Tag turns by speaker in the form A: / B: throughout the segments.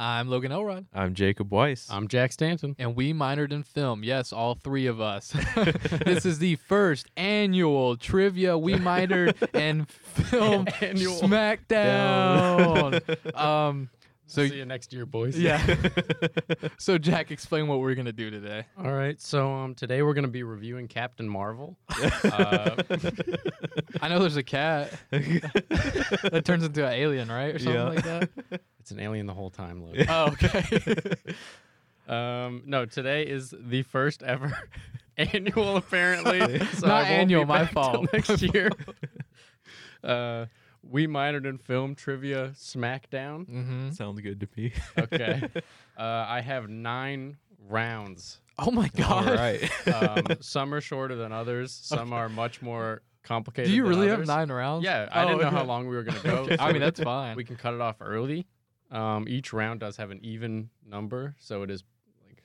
A: I'm Logan Elrod.
B: I'm Jacob Weiss.
A: Um,
C: I'm Jack Stanton.
A: And we minored in film. Yes, all three of us. this is the first annual trivia we minored in film
C: Annual.
A: smackdown. um, so
C: See you next year, boys.
A: yeah. so Jack, explain what we're gonna do today.
C: All right. So um, today we're going to be reviewing Captain Marvel.
A: um,
C: uh,
A: I know there's a cat that turns into an alien, right, or something
B: Yeah.
A: like that.
C: it's an alien the whole time, Logan.
A: Oh, okay.
C: Um, no, today is the first ever annual, apparently. so I
A: Not
C: won't be
A: annual, my
C: back till
A: fault.
C: Next year. uh, we minored in film trivia SmackDown.
A: hmm
B: Sounds good to me.
C: Okay. uh, I have nine rounds.
A: Oh my
B: All
A: god.
B: right.
C: Um, some are shorter than others, some are much more complicated.
A: Do you
C: than
A: really have
C: others.
A: nine rounds?
C: Yeah, I
A: Oh,
C: didn't know how
A: okay.
C: long we were going to go.
A: I
C: so
A: mean, that's fine.
C: we can cut it off early. Um, each round does have an even number, so it is like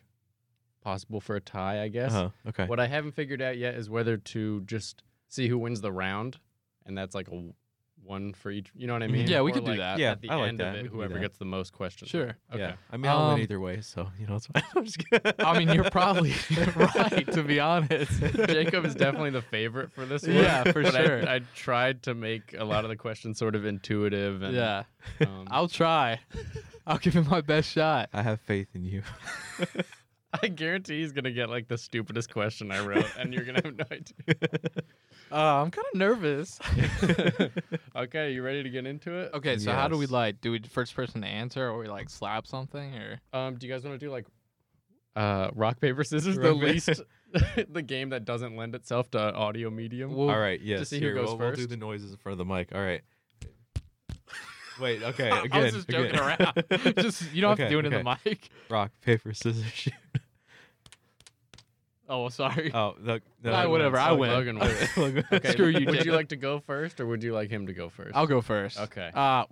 C: possible for a tie, I guess.
B: Uh-huh. Okay.
C: What I haven't figured out yet is whether to just see who wins the round, and that's like a w- one for each. You know what I
B: Mhm.
C: mean?
A: Yeah, we
C: Or,
A: could do
C: like,
A: that.
B: Yeah,
C: at the
B: I like
C: end
B: that.
C: of
B: We
C: it,
B: can do
C: whoever
B: that.
C: gets the most questions.
A: Sure.
C: Okay.
B: Yeah. I mean, I'll
A: Um,
B: win either way, so you know it's fine. I'm just kidding.
A: I mean, you're probably right to be honest.
C: Jacob is definitely the favorite for this one.
A: Yeah, for
C: but I-
A: sure.
C: I, tried to make a lot of the questions sort of intuitive and
A: Yeah,
C: um,
A: I'll try. I'll give it my best shot.
B: I have faith in you.
C: I guarantee he's gonna get like the stupidest question I wrote, and you're gonna have no idea.
A: Uh, I'm kind of nervous.
C: Okay, you ready to get into it?
A: Okay, so how do we
B: Yes.
A: like? Do we first person to answer, or we like slap something, or
C: Um, do you guys want to do like uh rock paper scissors?
B: Rock,
C: the
B: paper-
C: least, the game that doesn't lend itself to audio medium.
A: Well,
B: All right. Yes.
C: see who
B: here,
C: goes
B: we'll, we'll do
C: first.
B: the noises in front of the mic. All right. Wait. Okay.
A: I-
B: Again.
A: I was just joking
B: again.
A: around. just you don't have to
B: Okay,
A: do it in the mic.
B: Rock, paper, scissors, shoot.
A: Oh, well, sorry.
B: Oh, no, no,
A: Ah,
B: no,
A: whatever,
B: it's
A: I
B: okay.
A: win.
C: Logan wins.
B: Okay.
A: Screw you,
C: Would you
A: Jacob.
C: like to go first, or would you like him to go first?
A: I'll go first.
C: Okay.
A: Uh,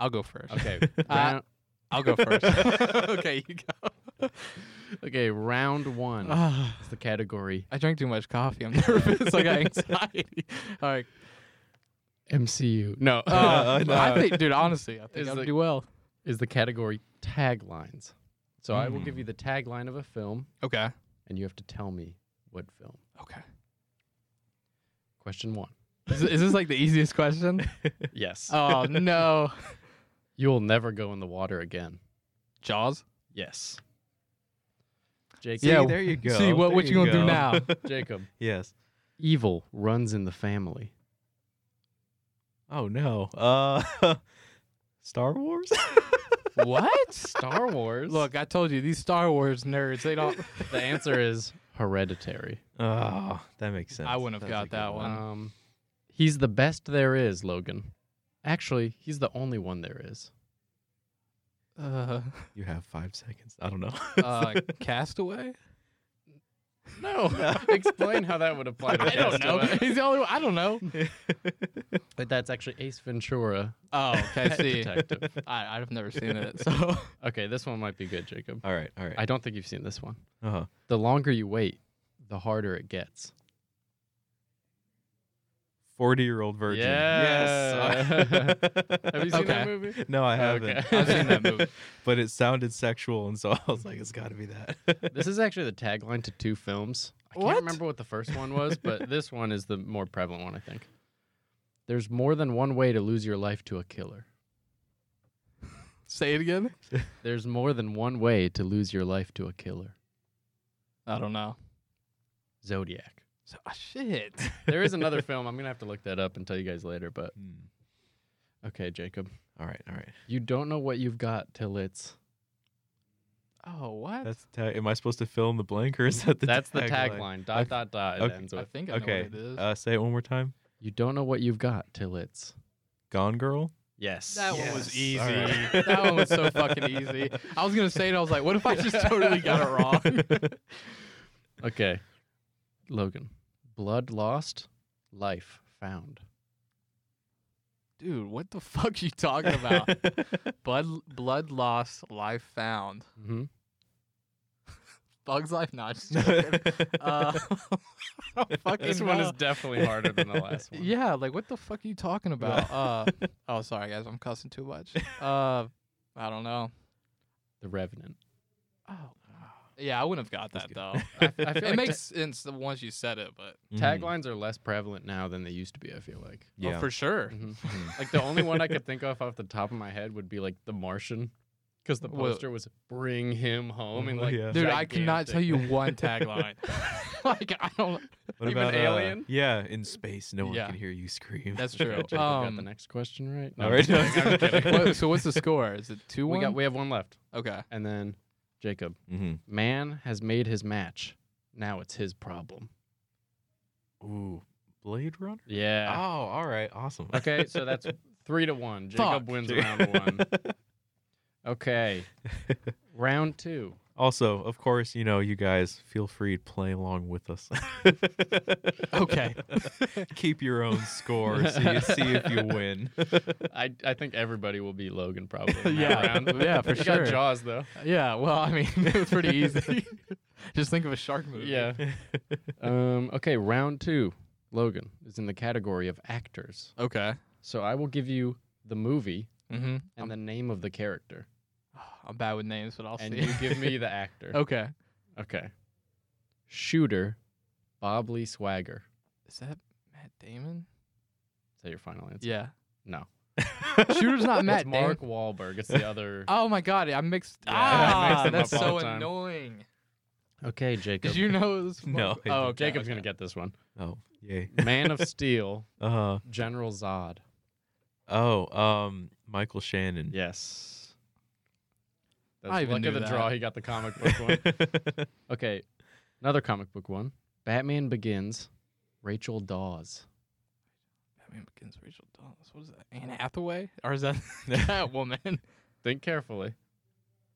A: I'll go first.
C: Okay.
A: Uh,
C: round,
A: I'll go first. okay, you go.
C: okay. Round one.
A: Ah,
C: is the category
A: I drank too much coffee. I'm nervous. I got anxiety. All right.
C: MCU. No.
A: Uh,
B: no.
A: I think, dude. Honestly, I think
C: Is
A: I'll
C: the-
A: do well.
C: is the category taglines. So I will give
B: Hmm.
C: you the tagline of a film,
A: Okay.
C: and you have to tell me what film.
A: Okay.
C: Question one.
A: Is, is this like the easiest question?
C: Yes.
A: Oh no.
C: You'll never go in the water again.
A: Jaws.
C: Yes. Jacob.
B: See,
A: Yeah,
B: there you go.
A: See what
B: There
A: what you gonna do
B: go.
A: now?
C: Jacob.
B: yes.
C: Evil runs in the family.
B: Oh no. Uh, Star Wars.
A: what?
C: Star Wars.
A: Look, I told you these Star Wars nerds. They don't.
C: the answer is hereditary.
B: Oh, that makes sense.
A: I wouldn't have
B: That's a
A: got
B: good
A: that one.
C: Um, he's the best there is, Logan. Actually, he's the only one there is.
A: Uh,
B: You have five seconds. I don't know.
A: uh, Castaway.
C: No. Explain how that would apply. To
A: I don't know. He's the only. One. I don't know.
C: But that's actually Ace Ventura.
A: Oh, okay.
C: Pet
A: See,
C: Detective.
A: I, I've never seen it. So
C: Okay, this one might be good, Jacob.
B: all right. All right.
C: I don't think you've seen this one.
B: Uh huh.
C: The longer you wait, the harder it gets.
B: Forty-year-old virgin.
C: Yeah. Have you seen
A: Okay.
C: that movie?
B: no, I haven't.
C: Okay.
A: I've seen that movie.
B: But it sounded sexual, and so I was like, it's got to be that.
C: This is actually the tagline to two films. I can't
A: What?
C: remember what the first one was, but this one is the more prevalent one, I think. There's more than one way to lose your life to a killer.
A: say it again.
C: There's more than one way to lose your life to a killer.
A: I don't know.
C: Zodiac.
A: So, ah, shit.
C: There is another film. I'm going to have to look that up and tell you guys later, but
B: Hmm.
C: okay, Jacob.
B: All right. All right.
C: You don't know what you've got till it's.
A: Oh what?
B: That's ta- am I supposed to fill in the blank or is that the
C: That's the
B: tagline?
C: tagline. Dot,
B: Okay.
C: dot, dot. It
B: Okay.
C: ends
A: I
C: with.
A: think I know
B: Okay.
A: what it is.
B: Uh, say it one more time.
C: You don't know what you've got till it's.
B: Gone Girl.
C: Yes.
A: That one was easy.
B: Yes. All right.
A: That one was so fucking easy. I was gonna say it. I was like, what if I just totally got it wrong?
C: Okay. Logan. Blood lost, life found.
A: Dude, what the fuck you talking about? blood, blood loss, life found.
C: Mm-hmm.
A: Bugs life, not just joking. uh, I don't fucking
C: This one
A: know.
C: is definitely harder than the last one.
A: Yeah, like what the fuck are you talking uh, about? Uh, oh, sorry guys, I'm cussing too much. Uh, I don't know.
C: The Revenant.
A: Oh. Yeah, I wouldn't have got
B: That's
A: that
B: good.
A: though.
C: I, f- I feel
A: it
C: like
A: makes sense the once you said it, but
C: ta- taglines are less prevalent now than they used to be. I feel like.
A: Oh,
B: Mm-hmm. Yeah. Mm-hmm.
A: for sure.
C: Mhm. like the only one I could think of off the top of my head would be like The Martian, because the
A: Well-
C: poster was "Bring him home" and
B: Oh,
C: like,
B: yeah.
A: Dude, I cannot tell
C: gigantic.
A: you one tagline. like I don't.
B: What
C: Even
B: about uh,
C: Alien?
B: yeah, in space, no one
A: Yeah.
B: can hear you scream.
A: That's
C: Should I
A: true.
C: check we got the
A: Um,
C: next question right.
B: All
C: I'm
B: right.
C: just kidding. I'm kidding.
A: what, so what's the score? Is it two
C: we
A: one?
C: got we have one left,
A: okay.
C: and then Jacob.
B: hmm
C: Man has made his match. Now it's his problem.
B: Ooh, Blade Runner. Oh,
C: Yeah.
B: all right, awesome.
C: Okay, so that's three to one. Jacob
A: Fuck.
C: wins round one. Okay. round two.
B: Also, of course, you know, you guys feel free to play along with us.
A: Okay.
B: Keep your own score. See, see if you win.
C: I, I think everybody will be Logan probably. in that
A: Yeah.
C: round.
A: Yeah, for
C: You
A: sure.
C: Got Jaws though.
A: Yeah. Well, I mean, it was pretty easy. Just think of a shark movie.
C: Yeah. Um. Okay. Round two. Logan is in the category of actors.
A: Okay.
C: So I will give you the movie
A: Mm-hmm.
C: and the name of the character,
A: I'm bad with names, but I'll
C: and
A: see.
C: you give me the actor.
A: okay.
C: Okay. Shooter, Bob Lee Swagger.
A: Is that Matt Damon?
C: Is that your final answer?
A: Yeah.
C: No.
A: Shooter's not Matt
C: it's Mark
A: Damon.
C: Wahlberg. It's the other.
A: Oh my god, I mixed.
C: Yeah, I mixed
A: ah,
C: them
A: that's
C: up all
A: so
C: the time.
A: annoying.
C: Okay, Jacob.
A: Did you know it was
B: No,
A: Mark- Oh,
B: I didn't.
A: okay.
C: Jacob's gonna get this one.
B: Oh, yay.
C: Man of Steel,
B: Uh,
C: General Zod.
B: oh, um, Michael Shannon.
C: Yes. That's
A: I even
C: luck
A: knew
C: of the
A: that.
C: draw. He got the comic book one. Okay, another comic book one. Batman Begins, Rachel Dawes.
A: Batman Begins, Rachel Dawes. What is that? Anne Hathaway, or is that that woman?
C: Think carefully.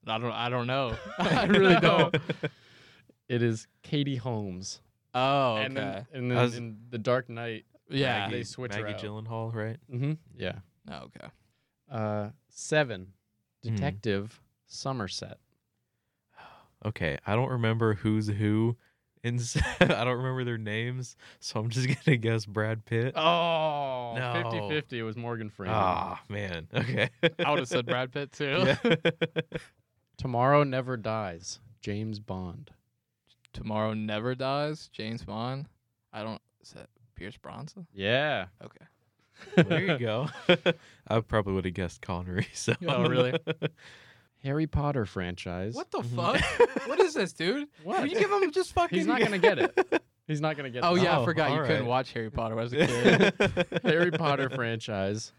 A: I don't. I don't know. I really don't.
C: It is Katie Holmes.
A: Oh, okay.
C: And then, and then
B: I was-
C: in The Dark Knight.
A: yeah.
C: Maggie. they switch her
B: Maggie
C: out.
B: Gyllenhaal, right?
C: Mm-hmm. Yeah.
A: Oh, okay.
C: Uh, seven,
B: Mhm.
C: Detective Somerset.
B: Okay, I don't remember who's who, and s- I don't remember their names, so I'm just gonna guess Brad Pitt.
C: Oh,
B: No.
C: 50 50. It was Morgan Freeman.
B: Ah, man. Okay.
A: I would have said Brad Pitt too.
B: Yeah.
C: Tomorrow Never Dies, James Bond.
A: Tomorrow Never Dies, James Bond. I don't. Is that Pierce Bronson?
C: Yeah.
A: Okay.
B: there you go. I probably would have guessed Connery. So.
A: Oh, really?
C: Harry Potter franchise.
A: What the
B: Mm-hmm.
A: fuck? what is this, dude?
C: What?
A: Will you give him just fucking?
C: He's not going to get it. He's not going to get
A: Oh
C: this.
A: yeah,
B: Oh,
A: I forgot you
B: alright.
A: couldn't watch Harry Potter when I was a kid.
C: Harry Potter franchise,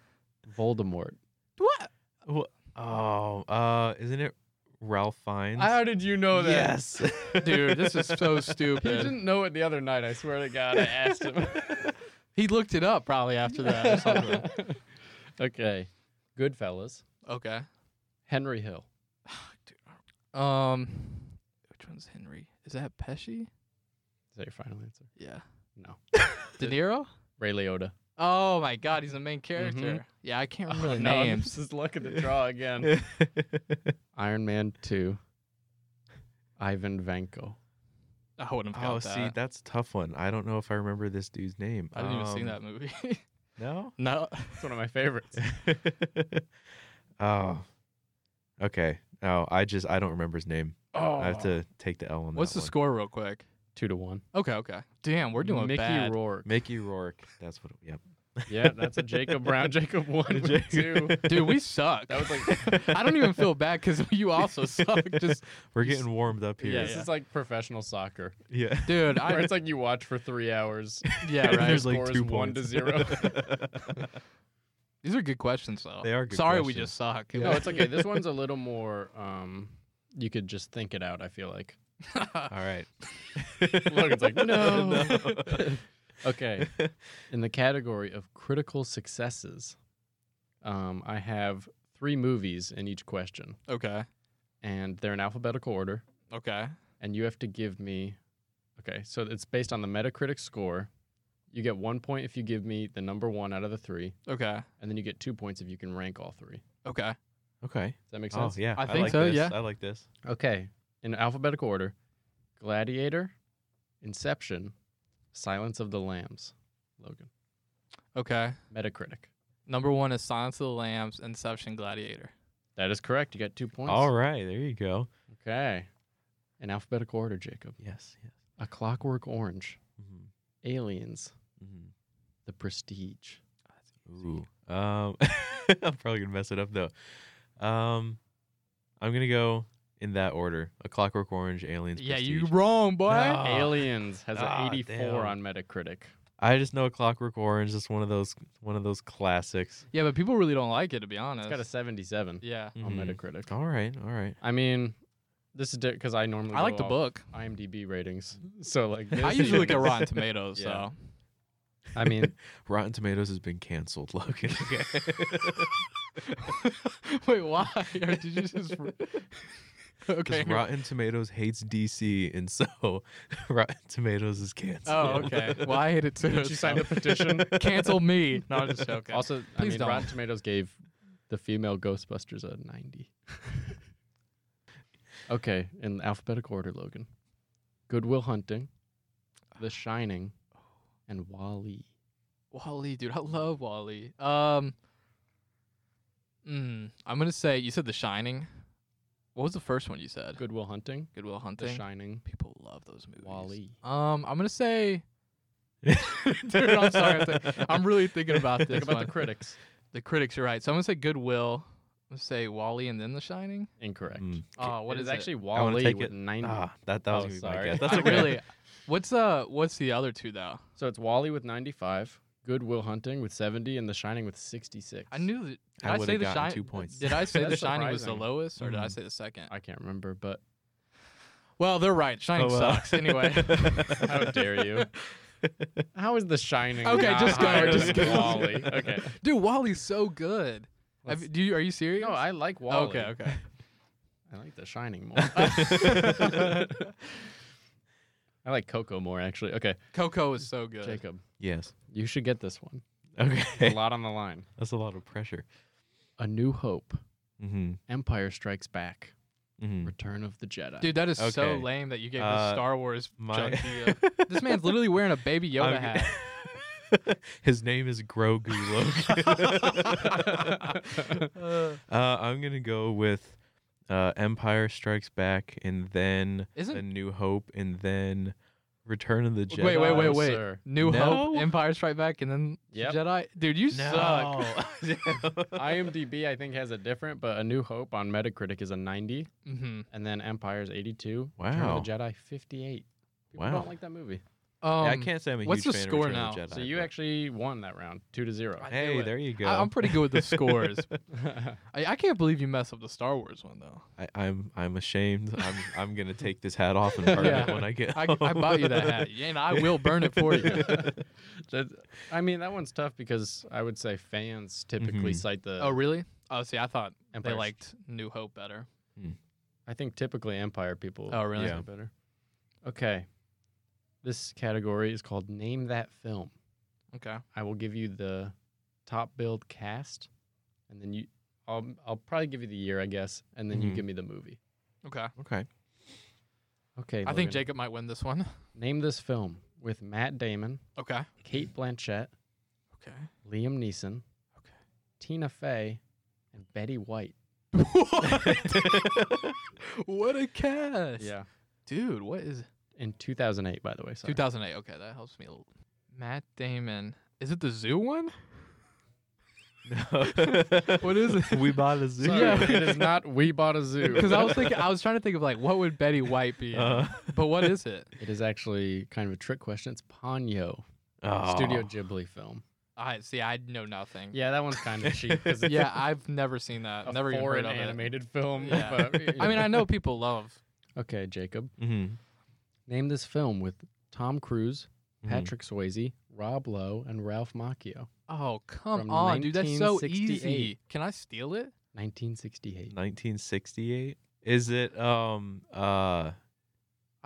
C: Voldemort.
A: what?
B: Wha- Oh, uh, isn't it Ralph Fiennes?
C: How did you know that?
B: Yes.
A: Dude, this is so
C: He
A: stupid.
C: didn't know it the other night. I swear to God, I asked him.
A: He looked it up probably after that or something.
C: okay. Goodfellas,
A: okay.
C: Henry Hill.
A: Um, which one's Henry? Is that Pesci?
C: Is that your final answer?
A: Yeah.
C: No.
A: De Niro?
C: Ray Liotta.
A: Oh my God, he's the main character. Yeah, I can't remember the
C: Oh, no, I'm-
A: names.
C: This is luck of the draw again. Iron Man 2, Ivan Vanko.
A: I wouldn't have got
B: oh,
A: that.
B: see, that's a tough one. I don't know if I remember this dude's name.
A: I didn't even see
B: Um,
A: that movie.
B: No.
A: no.
C: It's one of my favorites.
B: oh. Okay. Oh, I just I don't remember his name.
C: Oh,
B: I have to take the L on
A: What's
B: that
A: the
B: one.
A: score, real quick?
C: two to one.
A: Okay, okay. Damn, we're doing
C: Mickey
A: bad.
C: Rourke.
B: Mickey Rourke. That's what. Yep.
C: yeah, that's a Jacob Brown. Jacob one with two.
A: Dude, we suck.
C: That was like
A: I don't even feel bad because you also suck. Just,
B: We're getting warmed up
C: yeah,
B: here.
C: this is like professional soccer.
B: Yeah.
A: dude,
C: Where
A: I,
C: it's like you watch for three hours.
A: yeah,
C: and
A: right.
B: There's
C: the
B: like
C: score
B: two
C: is one to
B: points.
C: zero.
A: These are good questions, though.
B: They are good
A: Sorry, we
B: questions.
A: just suck.
C: No, it's okay. This one's a little more. Um, you could just think it out. I feel like.
B: All right.
C: Logan's like, "No."
B: No.
C: Okay. In the category of critical successes, um, I have three movies in each question,
A: okay,
C: and they're in alphabetical order.
A: okay,
C: And you have to give me. Okay, so it's based on the Metacritic score. You get one point if you give me the number one out of the three,
A: okay,
C: and then you get two points if you can rank all three.
A: okay.
B: Okay.
C: Does that make
B: Oh
C: sense?
B: yeah.
A: I think
B: like
A: so,
B: This.
A: yeah.
B: I like this.
C: Okay. In alphabetical order Gladiator, Inception, Silence of the Lambs, Logan,
A: Okay.
C: Metacritic.
A: Number one is Silence of the Lambs, Inception, Gladiator.
C: That is correct. You got two points.
B: All right, there you go.
C: Okay. In alphabetical order, Jacob.
B: Yes, yes.
C: A Clockwork Orange,
B: Mm-hmm.
C: Aliens,
B: Mm-hmm.
C: The Prestige.
B: Ooh. Um, I'm probably gonna mess it up though. Um, I'm gonna go in that order: A Clockwork Orange, Aliens.
A: Yeah,
B: Prestige.
A: you wrong, boy.
B: No. Ah.
C: Aliens has
B: Ah,
C: an 84
B: damn.
C: on Metacritic.
B: I just know A Clockwork Orange is one of those one of those classics.
A: Yeah, but people really don't like it, to be honest.
C: It's got a 77
A: yeah,
C: on
B: Mhm.
C: Metacritic.
B: All right, all right.
C: I mean, this is because I normally
A: I like
C: go
A: the
C: off
A: book.
C: IMDb ratings. So like,
A: I
C: this
A: usually look
C: is-
A: at Rotten Tomatoes,
C: Yeah.
A: so
C: I mean,
B: Rotten Tomatoes has been canceled, Logan.
A: Wait, why? Or did you just? okay.
B: Because Rotten Tomatoes hates DC, and so Rotten Tomatoes is
A: Oh,
B: canceled.
A: okay. Well, I hate it too.
C: did you sign the petition?
A: so- Cancel me. No, I'm just joking.
C: Also, I
A: Please
C: mean,
A: don't.
C: Rotten Tomatoes gave the female Ghostbusters a 90. okay, in alphabetical order, Logan. Goodwill Hunting, The Shining, and Wally.
A: Wally, dude, I love Wally. Um, mm, I'm gonna say you said The Shining. What was the first one you said?
C: Goodwill Hunting,
A: Goodwill
C: The
A: Hunting.
C: Shining,
A: People love those movies.
C: Wally.
A: Um, I'm gonna say, dude, I'm sorry. I'm, thi- I'm
C: Mm.
A: really thinking about this.
C: Think about
A: one.
C: the critics.
A: The critics are right. So I'm gonna say Goodwill. I'm gonna say Wally and then The Shining.
C: Incorrect.
B: Mm.
A: Oh, what
C: What
A: is
C: is
A: it?
C: actually
B: wanna
C: Wally
B: take
C: with
B: it.
C: 90.
B: Ah, that that was
C: Oh,
B: gonna be my
C: sorry.
B: guess.
A: I
B: That's okay.
A: really. What's uh? What's the other two though?
C: So it's Wally with 95, Good Will Hunting with 70, and The Shining with 66.
A: I knew. That, did
B: I
A: I,
B: would've
A: say the
B: gotten
A: Shi-
B: two points.
A: Did I say the
C: That's
A: Shining was the
C: surprising.
A: lowest, or did I
B: Mhm.
A: say the second?
C: I can't remember, but
A: Well, they're right. Shining
B: Oh, well.
A: sucks. Anyway,
C: how dare you? How is The Shining?
A: Okay,
C: not
A: just go,
C: higher
B: just
C: than
B: go.
C: Wally. Okay.
A: dude, Wally's so good. Have
C: Let's-
A: you- do you? Are you serious?
C: No, I like
A: Oh,
C: Wally.
A: okay, okay.
C: I like The Shining more. I like Coco more, actually. Okay,
A: Coco is so good.
C: Jacob,
B: yes.
C: you should get this one. A
B: Okay.
C: lot on the line.
B: That's a lot of pressure.
C: A New Hope,
B: Mm-hmm.
C: Empire Strikes Back,
B: Mm-hmm.
C: Return of the Jedi.
A: Dude, that is so
B: Okay.
A: lame that you gave
B: Uh,
A: this Star Wars
B: my-
A: junkie.
C: uh,
A: A, this man's literally wearing a baby Yoda
B: I'm-
A: hat.
B: His name is Grogu Logan. uh, I'm gonna go with uh, Empire Strikes Back, and then
A: Isn't-
B: A New Hope, and then Return of the Jedi.
A: Wait, wait, wait,
C: No,
A: wait.
C: sir.
A: New
B: No?
A: Hope, Empire Strike Back, and then
C: Yep.
A: Jedi. Dude, you suck.
C: IMDb, I think, has a different, but A New Hope on Metacritic is a 90,
A: hmm
C: and then Empire's 82. Return of the Jedi 58. People
B: Wow.
C: don't like that movie.
A: Um,
B: Yeah, I can't say I'm a
A: what's
B: huge
A: the
B: fan
A: score
B: of Return of
A: now?
B: the Jedi,
C: So you
B: but-
C: actually won that round, two to zero.
A: I knew
B: Hey,
A: it.
B: there you go.
A: I, am pretty good with the scores.
C: All
A: I, I can't believe you messed up the Star Wars one though.
B: I, I'm I'm ashamed. I'm I'm gonna take this hat off and burn it
A: Yeah.
B: when I get.
A: I, I bought you that hat, and I will burn it for you.
C: That- I mean, that one's tough because I would say fans typically
B: Mhm.
C: cite the.
A: Oh, really? Oh, see, I thought
C: Empire.
A: they liked New Hope better.
C: I think typically Empire people.
A: Oh, really?
C: like
B: Yeah.
C: it better. Okay. This category is called Name That Film.
A: Okay.
C: I will give you the top billed cast, and then you. I'll, I'll probably give you the year, I guess, and then you
B: Mhm.
C: give me the movie.
A: Okay.
B: Okay.
C: Okay.
A: I think
C: Logan.
A: Jacob might win this one.
C: Name this film with Matt Damon,
A: Okay.
C: Kate Blanchett,
A: Okay.
C: Liam Neeson, Tina Fey, and Betty White.
A: What? what a cast. Dude, what is
C: In 2008, by the way. Sorry.
A: 2008? Okay, that helps me a little. Matt Damon. Is it the zoo one? What is it?
B: We bought a zoo.
C: Sorry,
A: Yeah.
C: it is not We Bought a Zoo.
A: Because I was thinking, I was trying to think of like what would Betty White be, in?
C: Uh-huh.
B: Uh,
A: but what is it?
C: It is actually kind of a trick question. It's Ponyo,
B: oh.
C: Studio Ghibli film.
A: I see. I know nothing.
C: Yeah, that one's kind of cheap because it's
A: Yeah, I've never seen that.
C: a
A: never even heard
C: foreign
A: of it.
C: animated film.
A: Yeah.
C: But, you
A: I mean, I know people love.
C: Okay, Jacob.
B: Mhm.
C: Name this film with Tom Cruise,
A: Mm-hmm.
B: Mhm.
C: Patrick Swayze, Rob Lowe, and Ralph Macchio.
A: Oh come
C: From
A: on, dude, that's so
C: 1968.
A: easy. Can I steal it?
C: 1968.
B: 1968. Is it um uh
A: I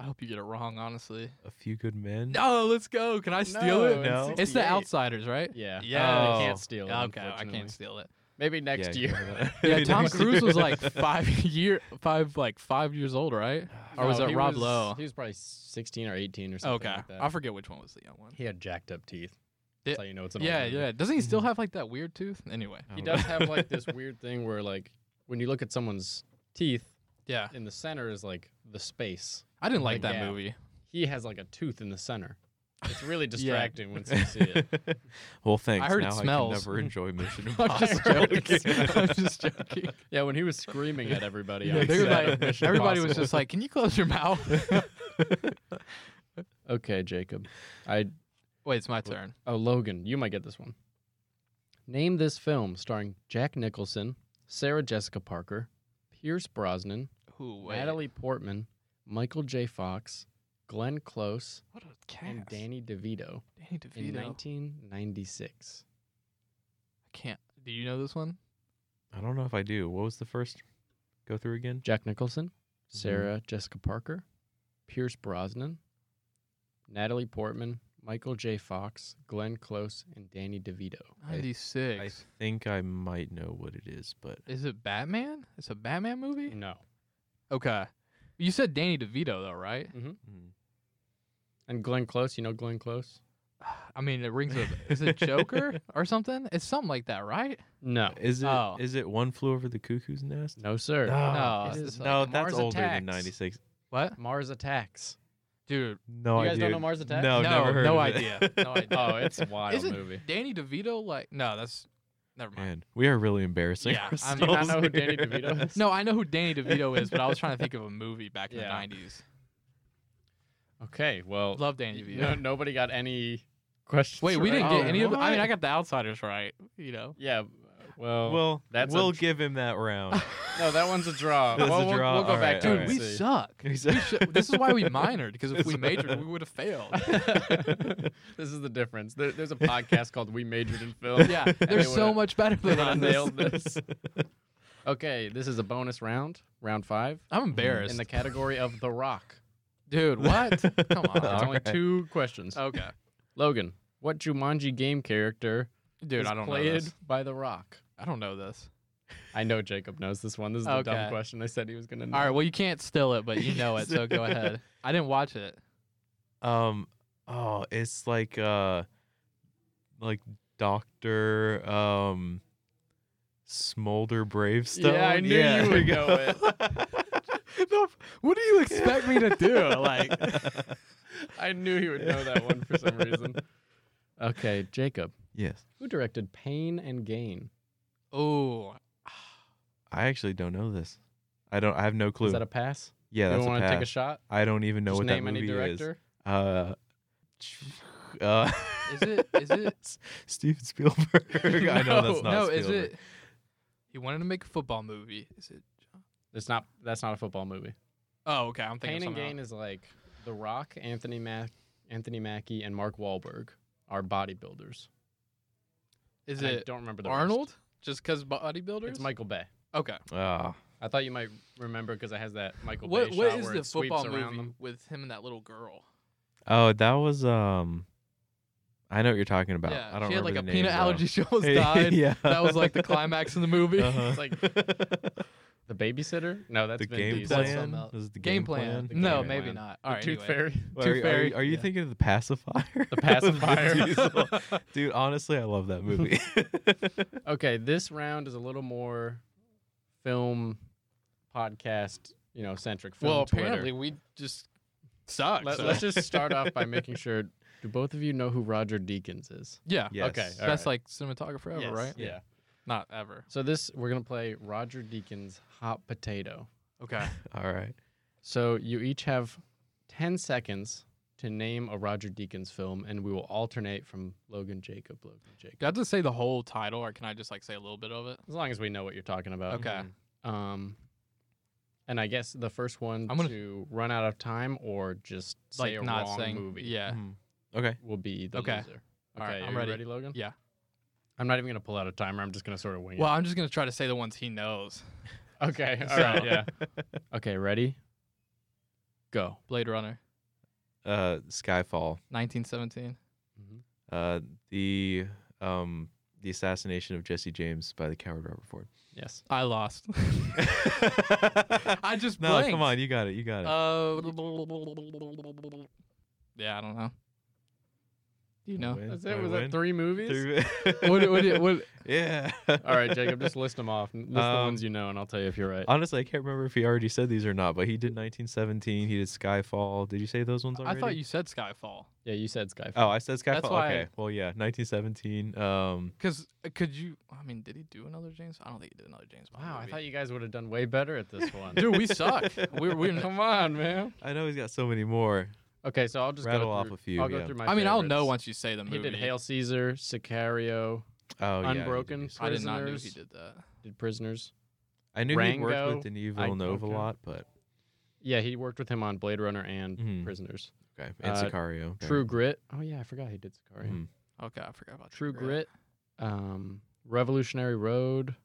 A: hope you get it wrong, honestly.
B: a few good men?
A: No, let's go. Can I steal
C: No,
A: it?
B: No.
A: It's the
C: 68.
A: Outsiders, right?
C: Yeah.
A: Yeah.
C: I
B: Oh.
C: can't steal it.
A: Okay, I
C: unfortunately.
A: can't steal it.
C: Maybe next
B: Yeah,
C: year.
A: Yeah, Tom
B: Next
A: Cruise was
B: year.
A: like five year, five like five years old, right? Or was
C: No,
A: it
C: he
A: Rob
C: was-
A: Lowe?
C: He was probably 16 or 18 or something.
A: Okay,
C: like that.
A: I forget which one was the young one.
C: He had jacked up teeth.
A: Did-
C: That's how you know it's an old
A: Yeah,
C: movie.
A: yeah. Doesn't he still have like that weird tooth? Anyway,
B: I
C: He
B: don't
C: does
B: know.
C: have like this weird thing where like when you look at someone's teeth,
A: Yeah,
C: in the center is like the space.
A: I didn't like
C: Like,
A: that
C: yeah.
A: movie.
C: He has like a tooth in the center. It's really distracting once you see it.
B: well, thanks.
A: heard it
B: now I
A: smells.
B: can never enjoy Mission
A: I'm
B: Impossible.
A: just joking.
B: again.
A: I'm just joking.
C: Yeah, when he was screaming at everybody,
A: Yeah,
C: on
A: they were
C: set
A: like-
C: of Mission
A: everybody was
C: Impossible.
A: just like, "Can you close your mouth?"
C: okay, Jacob. I
A: Wait, it's my turn.
C: Oh, Logan, you might get this one. Name this film starring Jack Nicholson, Sarah Jessica Parker, Pierce Brosnan,
A: Who?
C: Natalie Portman, Michael J. Fox, Glenn Close,
A: What a
C: and
A: cast.
C: Danny DeVito,
A: Danny
C: in
A: DeVito.
C: 1996.
A: I can't. Do you know this one?
B: I don't know if I do. What was the first go through again?
C: Jack Nicholson,
A: Mm-hmm.
C: Sarah Jessica Parker, Pierce Brosnan, Natalie Portman, Michael J. Fox, Glenn Close, and Danny DeVito.
B: I-
A: Ninety
B: I
A: six.
B: think I might know what it is, but
A: Is it Batman? It's a Batman movie.
C: No.
A: Okay. You said Danny DeVito though, right?
B: mm,
C: And Glenn Close, you know Glenn Close?
A: I mean, it rings a. Is it Joker or something? It's something like that, right?
C: No.
B: is it? Is
A: Oh.
B: it one flew over the cuckoo's nest?
C: No, sir.
A: No,
C: it is,
B: no,
C: like,
B: that's
C: Mars
B: older
C: Attacks.
B: than '96.
A: What,
C: Mars Attacks.
A: dude?
B: No
C: you guys
B: idea.
C: don't know Mars Attacks?
B: No,
A: No,
B: never heard
A: no
B: of
A: idea.
B: It.
A: No idea.
C: Oh, it's a wild
A: Isn't
C: movie.
A: Danny DeVito like? No, that's never mind.
B: Man, we are really embarrassing.
A: Yeah, I
B: I
A: mean, I
C: know who Danny DeVito is.
A: No, I know who Danny DeVito is, but I was trying to think of a movie back in
C: Yeah.
A: the '90s.
C: Okay, well,
A: Love Danny DeVito.
C: no, nobody got any questions.
A: Wait, we
C: right.
A: didn't
B: Oh,
A: get any of. I mean, I
B: what?
A: got the Outsiders right. You know.
C: Yeah, uh, well,
B: Well,
C: That's a
B: we'll
C: dr-
B: give him that round.
C: no, that one's a draw.
B: That's a
C: well, we'll-
B: draw.
C: We'll, go
B: All
C: back
B: right,
C: to
B: all
C: it.
A: Dude,
C: and
B: right.
A: we
C: see.
A: suck. We should- this is why we minored because if
B: That's
A: we
B: right.
A: majored, we would have failed.
C: this is the difference. There, there's a podcast called We Majored in Film.
A: Yeah,
C: and
A: they're
C: they
A: so
C: would've-
A: much better
C: they
A: than
C: would've
A: us.
C: nailed this. Okay, this is a bonus round, round five,
A: I'm embarrassed,
C: in the category of The Rock.
A: dude. What? Come
C: It's
A: on.
C: only two questions.
A: Okay,
C: Logan, what Jumanji game character
A: dude.
C: is
A: I don't know.
C: played
A: This.
C: by The Rock?
A: I don't know this.
C: I know Jacob knows this one. This is the
A: Okay.
C: dumb question I said he was going to know.
A: All right. Well, you can't steal it, but you know it, so go ahead. I didn't watch it.
B: um, oh, it's like uh, like Doctor um, Smolder Bravestone.
C: Yeah, I knew you would go
B: with.
A: What do you expect me to do? Like,
C: I knew he would know that one for some reason. Okay, Jacob,
B: yes,
C: who directed Pain and Gain?
A: oh,
B: I actually don't know this. I don't. I have no clue.
C: Is that a pass?
B: yeah,
C: you
B: that's a
C: want to
B: pass.
C: take a shot?
B: I don't even know
C: Just
B: what that
C: name
B: movie
C: any director.
B: is. Uh, uh,
A: is it? Is it?
B: Steven Spielberg? I know that's not.
A: no,
B: Spielberg.
A: is it? He wanted to make a football movie. Is it?
C: It's not. That's not a football movie.
A: Oh, okay. I'm thinking of
C: Pain and
A: something
C: Gain
A: else.
C: is like The Rock, Anthony Mac, Anthony Mackie, and Mark Wahlberg are bodybuilders.
A: Is
C: And I
A: it
C: don't remember the rest.
A: Arnold? Just because bodybuilders?
C: It's Michael Bay.
A: Okay.
B: Ah,
C: I thought you might remember because it has that Michael
A: What
C: Bay
A: what
C: shot
A: is
C: where
A: the
C: it sweeps
A: football
C: around
A: movie
C: them.
A: with him and that little girl?
B: oh, that was um. I know what you're talking about.
A: yeah,
B: I don't
A: she had
B: remember
A: like a
B: the
A: peanut
B: name, though.
A: allergy. She almost died.
B: yeah,
A: That was like the climax in the movie.
B: Uh-huh.
C: It's like the babysitter. No, that's
B: the
C: Vin
B: game
C: Diesel.
A: That's
B: plan.
A: something else.
B: Was it the
A: game plan.
C: The
A: No,
C: game
A: maybe
B: plan.
A: not.
C: The
A: All right.
C: Tooth
A: anyway.
C: Fairy.
B: Wait,
A: Tooth
B: are, you- are,
A: Fairy.
B: you, are you
A: Yeah.
B: thinking of the pacifier?
C: The
B: Vin
C: pacifier.
B: Diesel. Dude, honestly, I love that movie.
C: Okay, this round is a little more film podcast, you know, centric. Film
A: Well,
C: Twitter.
A: apparently we just suck.
C: Let,
A: so-
C: us just start off by making sure. Do both of you know who Roger Deakins is?
A: yeah.
B: yes.
C: Okay, all
A: uh, Best
C: right.
A: like cinematographer ever, right?
B: Yeah.
C: Yeah.
A: Not ever.
C: So this we're gonna play Roger Deakins Hot Potato.
A: Okay.
B: All right.
C: So you each have ten seconds to name a Roger Deakins film, and we will alternate from Logan Jacob, Logan Jacob,
A: Do I have to say the whole title, or can I just like say a little bit of it?
C: as long as we know what you're talking about.
A: Okay.
C: Um, and I guess the first one
A: I'm gonna-
C: to run out of time or just say
A: like
C: a
A: not
C: wrong
A: saying
C: movie
A: Yeah.
B: Hmm. Okay.
C: will be the
A: Okay.
C: loser.
A: All right,
C: are
A: I'm
C: you
A: ready.
C: Logan.
A: Yeah.
C: I'm not even gonna pull out a timer. I'm just gonna sort of wing
A: Well, I'm just gonna try to say the ones he knows.
C: it. Okay. All right.
A: So-
C: Yeah. Okay. Ready. Go.
A: Blade Runner,
B: Uh, Skyfall.
A: 1917. Mm-hmm.
B: Uh, the um, the assassination of Jesse James by the coward Robert Ford.
C: Yes.
A: I lost. I just
B: no,
A: blanked.
B: come on, you got it,
C: Uh,
B: you got it.
A: Uh, yeah, I don't know. You
B: I
A: know.
B: win.
C: That's
B: I
C: it. Was
B: win.
C: that three movies?
B: Three-
A: what, what, what,
B: yeah.
C: All right, Jacob, just list them off. List the
B: Um, uh,
C: ones you know, and I'll tell you if you're right.
B: Honestly, I can't remember if he already said these or not, but he did 1917. He did Skyfall. Did you say those ones
A: I
B: already?
A: thought you said Skyfall.
C: yeah, you said Skyfall.
B: Oh, I said Skyfall.
A: That's why I-
B: Okay. Well, yeah, 1917. Um,
A: Because uh, could you? I mean, did he do another James? I don't think he did another James Bond.
C: wow, I
A: movie.
C: thought you guys would have done way better at this one.
A: Dude, we suck. We're, we're,
C: Come on, man.
B: I know he's got so many more.
C: Okay, so I'll just
B: Rattle
C: go
B: off
C: through-
B: a few,
C: I'll go
B: yeah.
C: through my.
A: I mean, I'll know
C: favorites.
A: once you say the
C: He
A: movie.
C: did Hail Caesar, Sicario,
B: Oh, yeah. he did
C: Unbroken.
B: do-
A: I did not know he
C: Prisoners.
A: did that.
C: did Prisoners.
B: I knew he worked
C: Rango.
B: with Denis
C: I-
B: Villeneuve
C: okay.
B: a lot, but
C: Yeah, he worked with him on Blade Runner and
B: Mhm.
C: Prisoners.
B: okay. And
C: Uh,
B: Sicario. okay.
C: True Grit. Oh yeah, I forgot he did Sicario.
B: Mhm.
A: Okay, I forgot about
C: True Grit, um, Revolutionary Road,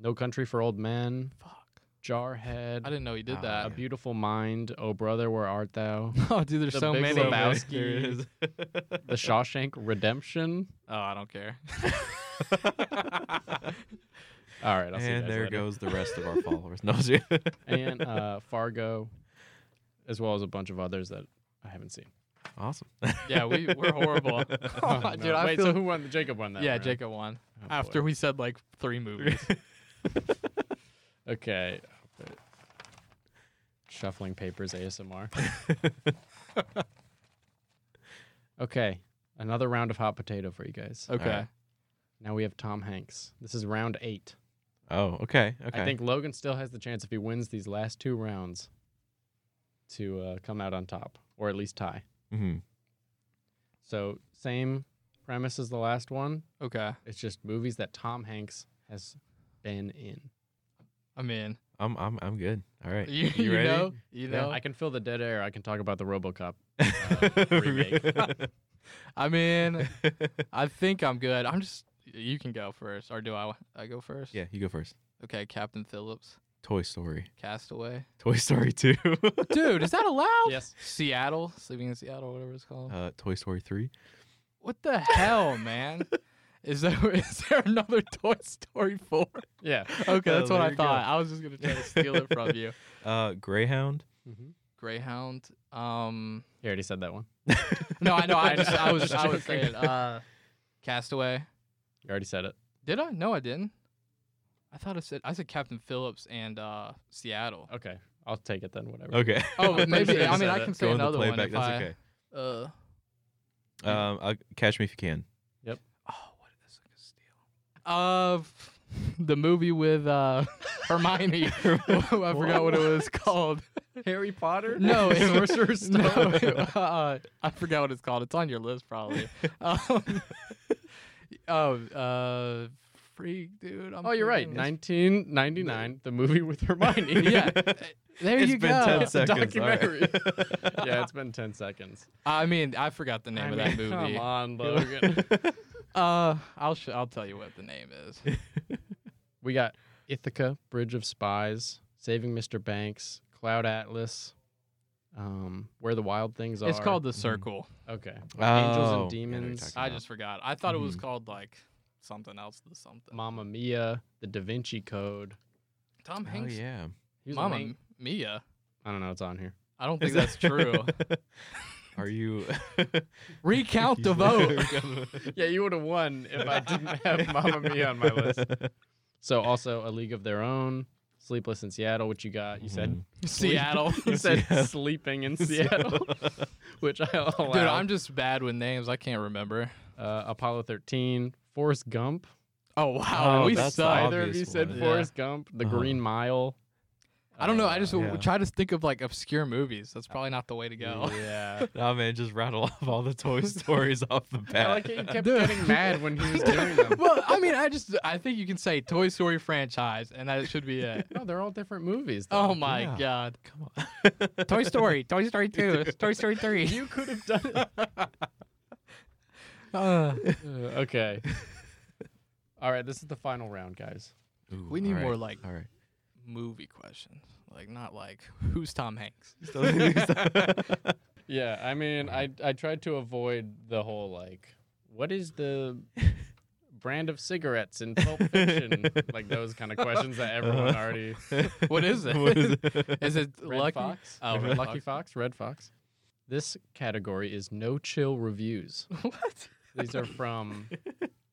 C: No Country for Old Men,
A: Fuck.
C: Jarhead,
A: I didn't know he did
B: Ah,
A: that.
C: A
B: yeah.
C: Beautiful Mind, Oh Brother, Where Art Thou,
A: Oh, dude, there's
C: The
A: so
C: Big
A: many.
B: So
A: man.
B: many.
C: Lebowski.
B: There is.
C: The Shawshank Redemption.
A: Oh, I don't care.
C: All right, I'll see you
B: and
C: guys
B: there
C: later.
B: goes the rest of our followers. No, I'm serious.
C: and uh, Fargo, as well as a bunch of others that I haven't seen.
B: awesome.
A: yeah, we we're horrible.
C: Oh,
A: dude,
C: no.
A: I
C: Wait,
A: feel.
C: so who won? Jacob won that.
A: yeah,
C: round.
A: Jacob won
C: Oh, boy.
A: after we said like three movies.
C: Okay. Shuffling papers ASMR. okay. Another round of hot potato for you guys.
A: Okay.
B: right.
C: Now we have Tom Hanks. This is round eight.
B: Oh, okay. Okay.
C: I think Logan still has the chance if he wins these last two rounds to uh, come out on top or at least tie.
B: Mhm.
C: So, same premise as the last one.
A: Okay.
C: It's just movies that Tom Hanks has been in.
A: I mean,
B: I'm, I'm, I'm good. All right.
A: you,
B: You
A: you
B: ready?
A: know, you know.
C: I can fill the dead air. I can talk about the Robocop.
A: Uh,
C: remake.
B: Remake.
A: I mean, I think I'm good. I'm just. You can go first, or do I? I go first.
B: yeah, you go first.
A: Okay, Captain Phillips,
B: Toy Story.
A: Castaway.
B: Toy Story 2.
A: Dude, is that allowed?
C: Yes.
A: Seattle, sleeping in Seattle, whatever it's called.
B: uh, Toy Story 3.
A: what the hell, man? Is there is there another Toy Story four?
C: Yeah.
A: Okay,
B: Oh,
A: that's what
B: there
A: I
B: you go.
A: thought. I was just gonna try to steal it from you.
B: Uh, Greyhound.
C: Mm-hmm.
A: Greyhound. Um,
C: You already said that one.
A: no, I know. I just I was I was saying uh, Castaway.
C: You already said it.
A: Did I? No, I didn't. I thought I said I said Captain Phillips and uh, Seattle.
C: Okay. I'll take it then, whatever.
B: Okay.
A: Oh, but
C: Pretty
A: maybe
C: sure Oh, you
A: I mean
C: said
A: I
C: it.
A: can say
B: Go in the
A: another one
B: playback.
A: if
B: That's
A: I.
B: okay.
A: Uh,
B: Um, I'll, Catch Me If You Can.
A: Oh, what is a good steal? Of the movie with uh, Hermione. I forgot what it was called.
C: Harry Potter?
A: No, it-
C: Sorcerer's Stone.
A: No, uh, I forgot what it's called. It's on your list probably. Um, oh, uh, freak, dude. I'm
C: Oh, you're right.
A: forgetting.
C: 1999, the movie with Hermione.
A: Yeah, there
B: It's
A: you
B: been
A: go.
B: 10
C: It's a
B: seconds. all right.
C: documentary. yeah, it's been 10 seconds.
A: I mean, I forgot the name
C: I
A: of
C: mean,
A: that movie.
C: Come on, Logan.
A: Uh, I'll sh- I'll tell you what the name is.
C: we got Ithaca, Bridge of Spies, Saving Mr. Banks, Cloud Atlas, um, Where the Wild Things Are.
A: It's called
B: Mm-hmm.
A: The Circle.
C: Okay.
B: Oh, yeah,
C: Angels
B: they're
C: and Demons,
B: talking
A: I
B: about-
A: just forgot. I thought it was
B: Mhm.
A: called like something else. The something.
C: Mamma Mia, The Da Vinci Code.
A: Tom Hanks.
B: Oh, yeah.
C: He was the
A: Mama
C: main-
A: Mia.
C: I don't know. It's on here.
A: I don't think that's true.
B: Are you.
A: Recount the vote.
C: Yeah, you would have won if I didn't have Mamma Mia on my list. So also A League of Their Own, Sleepless in Seattle, which you got. You said
B: Mm-hmm.
A: Seattle.
C: you said
B: Seattle.
C: sleeping in Seattle, which I allow.
A: Dude, I'm just bad with names. I can't remember.
C: uh, Apollo 13, Forrest Gump.
A: Oh wow,
B: Oh,
A: we
B: that's
A: suck.
B: the
C: Either of you
B: obvious
C: said
B: one.
C: Forrest Gump, The
B: Uh-huh.
C: Green Mile.
A: I don't know. I just
C: Uh,
A: w-
B: yeah.
A: try to think of like obscure movies. That's probably not the way to go.
C: yeah.
B: Nah, man, just rattle off all the Toy Stories off the bat.
C: I like it. You kept
A: Dude.
C: getting mad when he was doing them.
A: well, I mean, I just I think you can say Toy Story franchise, and that should be it.
C: No, they're all different movies. though.
A: Oh my
B: Yeah.
A: god,
B: Come
A: Toy Story, Toy Story two, Toy Story three.
C: You could have done it.
A: Uh,
C: Uh, okay. All right, this is the final round, guys.
B: on. Ooh,
A: We need
B: all right,
A: more, like-
B: All right.
A: movie questions, like not like who's Tom Hanks.
C: Yeah, I mean, I I tried to avoid the whole like, what is the brand of cigarettes in Pulp Fiction? like those kind of questions that everyone
B: Uh-huh.
C: already.
A: What is it?
B: What is it?
A: Is it
C: Red
A: Lucky?
C: Fox.
A: Oh,
C: Red
A: Red
C: Lucky Fox. Red Fox. This category is no chill reviews.
A: What?
C: These are from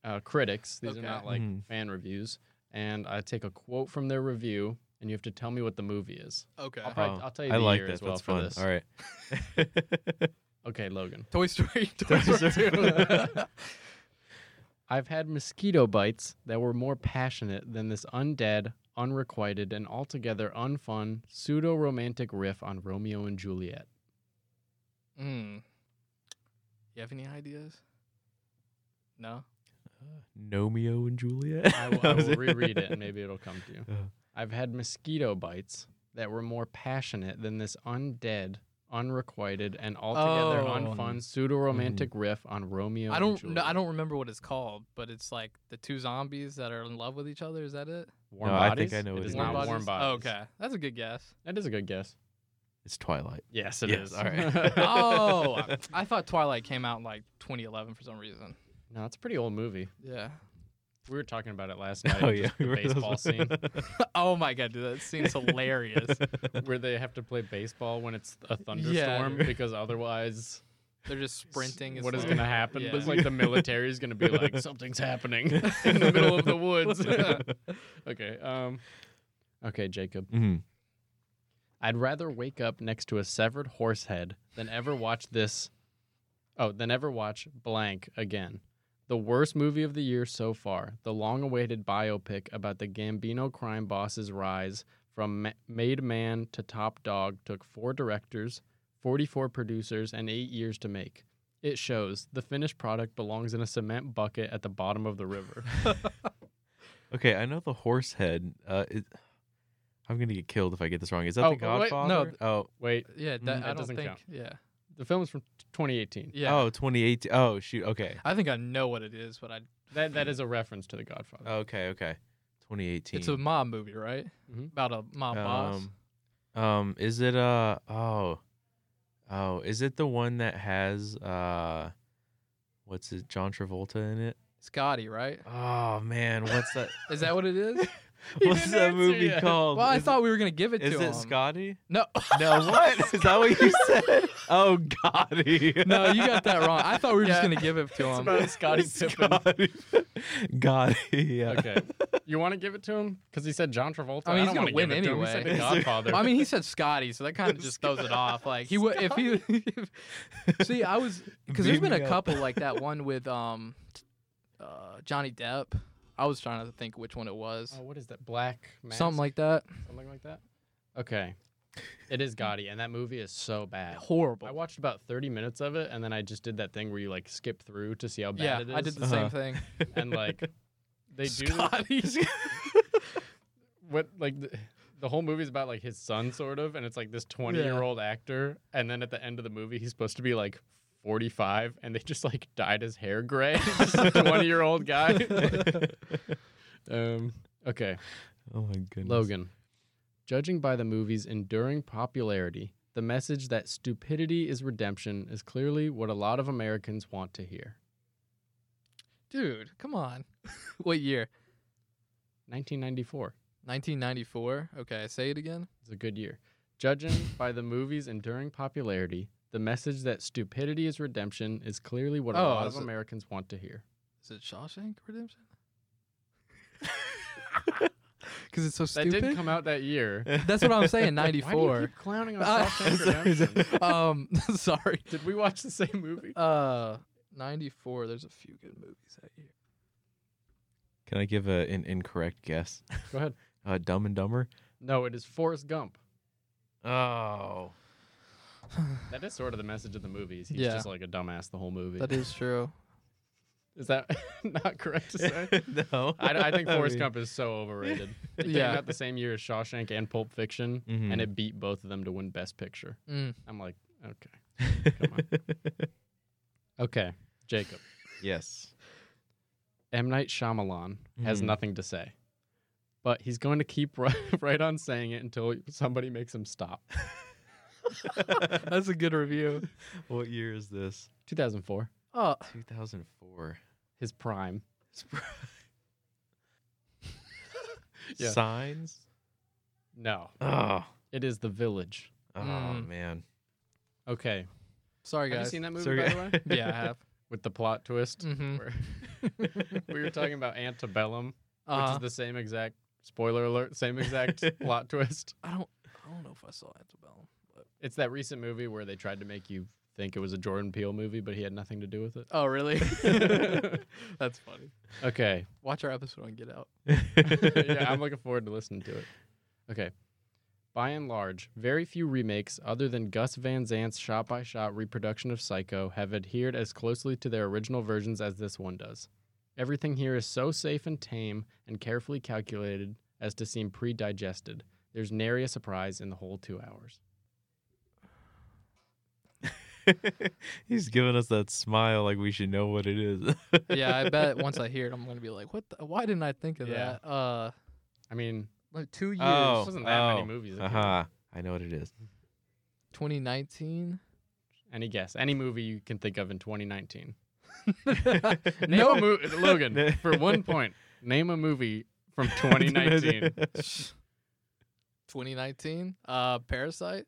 C: uh, critics. These
A: Okay.
C: are not like
B: Mhm.
C: fan reviews. And I take a quote from their review, and you have to tell me what the movie is.
A: Okay.
C: I'll probably- I'll tell you
B: I
C: the
B: like
C: year
B: that.
C: as well
B: That's
C: for
B: fun.
C: this.
B: All right.
C: Okay, Logan.
A: Toy Story. Toy Story.
B: Story.
A: 2.
C: I've had mosquito bites that were more passionate than this undead, unrequited, and altogether unfun pseudo romantic riff on Romeo and Juliet.
A: mm. You have any ideas? No.
B: Nomeo and Juliet.
C: I will, I
B: That was
C: will reread it and maybe it'll come to you.
B: Uh,
C: I've had mosquito bites that were more passionate than this undead, unrequited, and altogether
A: Oh.
C: unfun pseudo romantic
B: Mm-hmm.
C: riff on Romeo.
A: I
C: and
A: don't.
C: Juliet.
A: No, I don't remember what it's called, but it's like the two zombies that are in love with each other. Is that it?
C: Warm
B: No, I
C: bodies.
B: think I know
C: it
B: what
C: is
B: it
C: not
B: is.
C: warm
A: Oh,
C: bodies.
A: okay, that's a good guess.
C: that is a good guess.
B: It's Twilight.
C: Yes, it
B: Yes,
C: is.
B: all right.
A: oh, I thought Twilight came out in like 2011 for some reason.
C: no, it's a pretty old movie.
A: Yeah.
C: We were talking about it last night.
B: oh
C: just
B: yeah,
C: the
B: remember those
C: baseball
B: ones?
C: scene
A: oh my god, dude, that seems hilarious.
C: where they have to play baseball when it's a thunderstorm because otherwise,
A: They're just sprinting.
C: what
A: as
C: is
A: well.
C: going to happen?
A: Yeah.
C: It's like the military is going to be like something's happening in the middle of the woods. okay. Um. Okay, Jacob.
B: Mhm.
C: I'd rather wake up next to a severed horse head than ever watch this. Oh, than ever watch blank again. The worst movie of the year so far, the long awaited biopic about the Gambino crime boss's rise from ma- made man to top dog, took four directors, 44 producers, and eight years to make. It shows the finished product belongs in a cement bucket at the bottom of the river.
B: Okay, I know the horse head. Uh, is, I'm gonna get killed if I get this wrong. Is that the
C: Oh, wait, no.
B: Godfather? Oh,
C: Wait,
A: Yeah, that,
B: Mm,
A: I
C: that
A: don't
C: doesn't
A: think.
C: count.
A: Yeah,
C: the film's from 2018.
A: yeah.
B: oh, 2018. Oh, shoot. Okay,
A: I think I know what it is, but I.
C: That, that is a reference to The Godfather.
B: okay, okay. 2018.
A: It's a mob movie, right?
C: Mhm.
A: About a mob boss.
B: Um, um, is it uh oh, oh, is it the one that has uh, what's it? John Travolta in it?
A: Scotty, right?
B: Oh man, what's that?
A: Is that what it is?
C: He
B: what's
C: didn't
B: that
C: answer
B: movie
C: yet.
B: called?
A: well, I
B: Is-
A: thought we were gonna give it
B: Is
A: to him.
B: it Scotty?
A: No,
B: No, what? Is that what you said? Oh, Gotti.
A: no, you got that wrong. I thought we were just
C: Yeah.
A: gonna give it to
C: It's
A: him.
C: about Scotty Pippen.
B: Scotty. Gotti. Yeah.
C: Okay. You want to give it to him? Because he said John Travolta.
A: I mean, he's
C: don't
A: gonna
C: wanna
A: win
C: give it to him. He said
A: anyway.
C: The Godfather.
A: Well, I mean, he said Scotty, so that kind of just throws it off. Like he would if he. if- see, I was because there's
B: Beam
A: been a
B: me up.
A: couple like that one with um, uh, Johnny Depp. I was trying to think which one it was.
C: oh, what is that? Black Mask?
A: Something like that.
C: something like that. Okay. It is Gotti, and that movie is so bad. I
A: Horrible.
C: watched about 30 minutes of it, and then I just did that thing where you like skip through to see how bad
A: Yeah,
C: it is.
A: I did the
B: Uh-huh.
A: same thing.
C: And like, they do
A: Scotty.
C: what like the, the whole movie's about like his son sort of and it's like this 20 year old actor and then at the end of the movie he's supposed to be like 45 and they just like dyed his hair gray Just a 20 year old guy um okay
B: Oh my goodness.
C: logan judging by the movie's enduring popularity the message that stupidity is redemption is clearly what a lot of americans want to hear
A: Dude, come on. what year?
C: 1994
A: 1994. Okay, say it again.
C: It's a good year. Judging by the movie's enduring popularity, the message that stupidity is redemption is clearly what a
A: Oh,
C: lot of
A: is it-
C: Americans want to hear.
A: Is it Shawshank Redemption? Because it's so
C: That
A: stupid.
C: didn't come out that year.
A: That's what I'm saying.
C: Why do you
A: '94.
C: keep clowning on
A: Uh,
C: Shawshank Redemption?
A: um, sorry.
C: Did we watch the same movie?
A: Uh, '94. There's a few good movies that year.
B: Can I give a, an incorrect guess?
C: Go ahead.
B: Uh, Dumb and Dumber.
C: No, it is Forrest Gump.
B: Oh.
C: That is sort of the message of the movie. is He's
A: Yeah.
C: just like a dumbass the whole movie.
A: That is true.
C: is that not correct to say?
B: no.
C: I, I think Forrest
B: mean,
C: Gump is so overrated. It
A: Yeah.
C: came out the same year as Shawshank and Pulp Fiction,
B: Mhm.
C: and it beat both of them to win Best Picture.
A: Mm.
C: I'm like, okay. Okay, Jacob.
B: yes.
C: M. Night Shyamalan has
B: Mhm.
C: nothing to say, but he's going to keep right, right on saying it until somebody makes him stop.
A: That's a good review.
B: What year is this?
C: 2004,
A: Oh,
B: 2004.
C: his prime. Yeah.
B: Signs.
C: No,
B: Oh.
C: it is The Village.
B: Oh
A: Mm.
B: man.
C: Okay.
A: sorry
C: Have you
A: guys.
C: seen that movie,
B: Sorry.
C: by the way?
A: Yeah, I have.
C: with the plot twist.
A: Mm-hmm.
C: where we were talking about Antebellum, which
A: Uh,
C: is the same exact spoiler alert, same exact plot twist.
A: I don't. I don't know if I saw Antebellum. But...
C: It's that recent movie where they tried to make you think it was a Jordan Peele movie, but he had nothing to do with it.
A: Oh, really? That's funny.
C: Okay,
A: Watch our episode on Get Out.
C: yeah, I'm looking forward to listening to it. Okay. By and large, very few remakes other than Gus Van Zant's shot by shot reproduction of Psycho have adhered as closely to their original versions as this one does. Everything here is so safe and tame and carefully calculated as to seem pre digested. There's nary a surprise in the whole two hours.
B: He's giving us that smile like we should know what it is.
A: yeah, I bet once I hear it, I'm gonna be like, "What? The, why didn't I think of
C: Yeah.
A: that?" Uh,
C: I mean,
A: like two years,
B: Oh,
C: this wasn't that many
B: oh,
C: movies. that came out.
B: Uh-huh. I know what it is.
A: 2019.
C: Any guess? Any movie you can think of in 2019? Name
A: no,
C: a movie, Logan, for one point. Name a movie from 2019.
A: 2019. Uh, Parasite.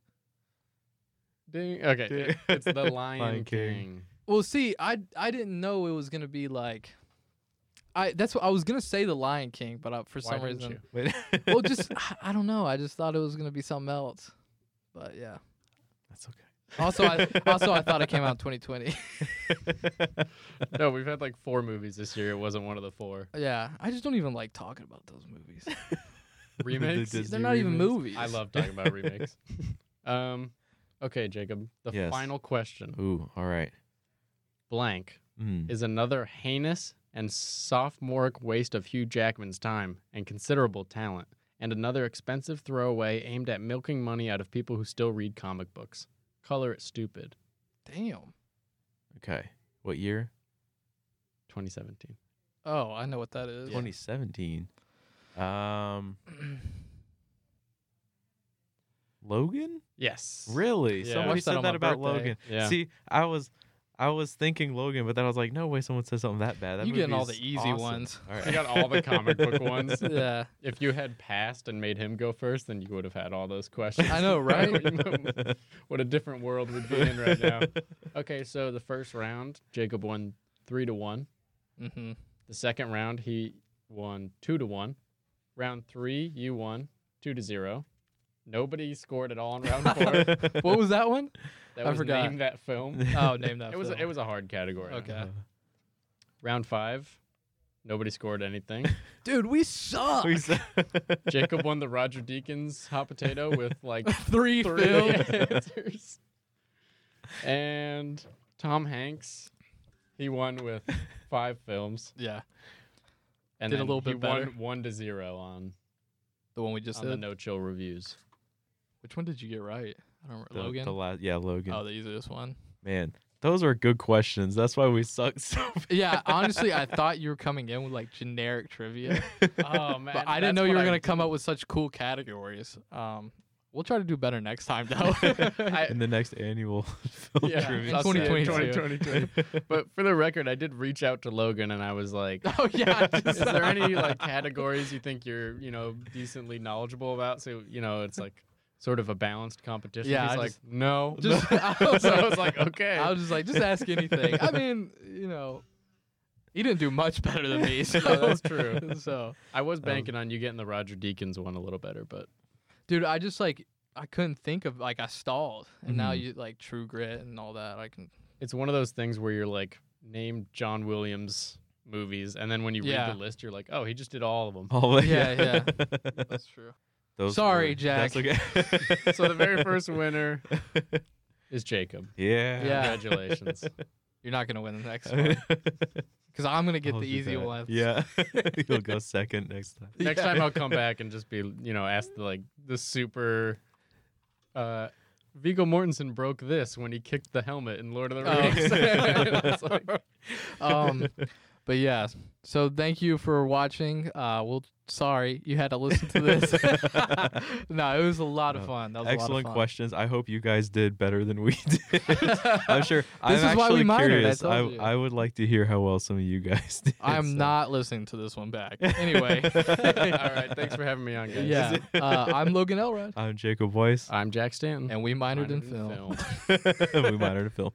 C: Ding. Okay,
B: Ding.
C: it- it's the Lion,
B: Lion
C: King.
B: King.
A: Well, see, I I didn't know it was gonna be like, I that's what I was gonna say, The Lion King, but I, for
C: Why
A: some
C: didn't
A: reason,
C: you?
B: Wait.
A: well, just I, I don't know. I just thought it was gonna be something else, but yeah.
B: That's
A: Also, I also I thought it came out in 2020.
B: okay.
C: No, we've had like four movies this year. It wasn't one of the four
A: yeah, I just don't even like talking about those movies.
C: remakes.
B: Disney
A: They're not even
B: remakes?
A: movies.
C: I love talking about remakes. Um, okay, Jacob. The
B: Yes.
C: final question.
B: Ooh, all right.
C: Blank
B: Mm.
C: is another heinous and sophomoric waste of Hugh Jackman's time and considerable talent, and another expensive throwaway aimed at milking money out of people who still read comic books. Color it stupid.
A: Damn.
B: Okay. What year?
C: 2017.
A: Oh, I know what that is.
B: 2017. Um, Logan?
C: Yes.
B: Really?
C: Yeah.
B: Somebody
A: Watched that
B: said
A: on
B: that,
A: my
B: about
A: birthday.
B: Logan.
C: Yeah.
B: See, I was, I was thinking Logan, but then I was like, no way, someone said something that bad. That
A: You getting all
B: movie
A: the
B: is
A: easy
B: awesome.
A: ones.
B: All
C: You got all the comic book ones.
A: yeah.
C: If you had passed and made him go first, then you would have had all those questions.
A: I know,
C: right? what a different world we'd be in right now. Okay, so the first round, Jacob won three to one.
A: Mm-hmm.
C: The second round, he won two to one. Round three, you won two to zero. Nobody scored at all in round four. that
A: What was that one?
C: was
A: I forgot.
C: Name that film.
A: Oh, name that.
C: It was
A: film.
C: it was a hard category.
A: Okay.
C: Round five, nobody scored anything.
A: Dude, we suck.
B: We said-
C: Jacob won the Roger Deakins hot potato with like
A: three
C: three
A: film.
C: answers. And Tom Hanks, he won with five films.
A: yeah,
C: And
A: Did a
C: then
A: little bit
C: he won
A: better.
C: one to zero on,
A: the one we just
C: on the
A: did.
C: No Chill reviews.
A: Which one did you get right? I don't remember.
B: the,
A: Logan.
B: The last, yeah, Logan.
A: oh, the easiest one.
B: Man, those were good questions. That's why we suck so
A: Yeah, honestly, I thought you were coming in with like generic trivia,
C: Oh man,
A: but I didn't know you were gonna come up with such cool categories. Um, we'll try to do better next time, though.
C: I-
B: in the next annual film
C: Yeah,
A: in
B: trivia.
C: I'll say it,
A: 2022.
C: 2022. But for the record, I did reach out to Logan and I was like,
A: oh yeah. I
C: "Is
A: just-
C: there any like categories you think you're you know decently knowledgeable about?" So you know, it's like sort of a balanced competition.
A: Yeah,
C: He's
A: I
C: like,
A: just-
C: "No."
A: Just, I was
C: so
A: like,
C: I was like, "Okay."
A: I was just like, just ask anything. I mean, you know, you didn't do much better than me. So
C: Yeah, that's true. Um,
A: So,
C: I was banking on you getting the Roger Deakins one a little better, but
A: dude, I just like I couldn't think of like I stalled, and now
B: Mhm.
A: you like True Grit and all that. I can.
C: it's one of those things where you're like, name John Williams movies, and then when you
A: Yeah.
C: read the list, you're like, oh, he just did all of them.
B: All the-
A: Yeah,
B: yeah.
A: That's true.
B: Those
A: Sorry,
B: were-
A: Jack.
B: That's okay.
C: so the very first winner is Jacob.
B: Yeah.
A: Yeah.
C: Congratulations.
A: You're not gonna win the next one because I'm gonna get
B: I'll
A: the
B: do
A: easy
B: that.
A: one.
B: Yeah. You'll go second next time.
C: Next
A: Yeah.
C: time I'll come back and just be, you know, ask the, like the super. Uh, Viggo Mortensen broke this when he kicked the helmet in Lord of the
A: Oh.
C: Rings. It's like,
A: um, but yeah. So thank you for watching. Uh, well, sorry you had to listen to this. no, it was a lot of
B: No.
A: fun. That was a lot of
B: Excellent
A: fun.
B: questions. I hope you guys did better than we did. I'm sure. I'm
A: is why we
B: actually
A: minored, I
B: curious. I,
A: told you.
B: I would like to hear how well some of you guys did.
A: I'm
B: so.
A: not listening to this one back. Anyway,
C: All right, thanks for having me on, guys.
A: yeah. Uh, I'm Logan Elrod,
B: I'm Jacob Weiss.
C: I'm Jack Stanton.
A: and we minored, in film.
B: we minored in film.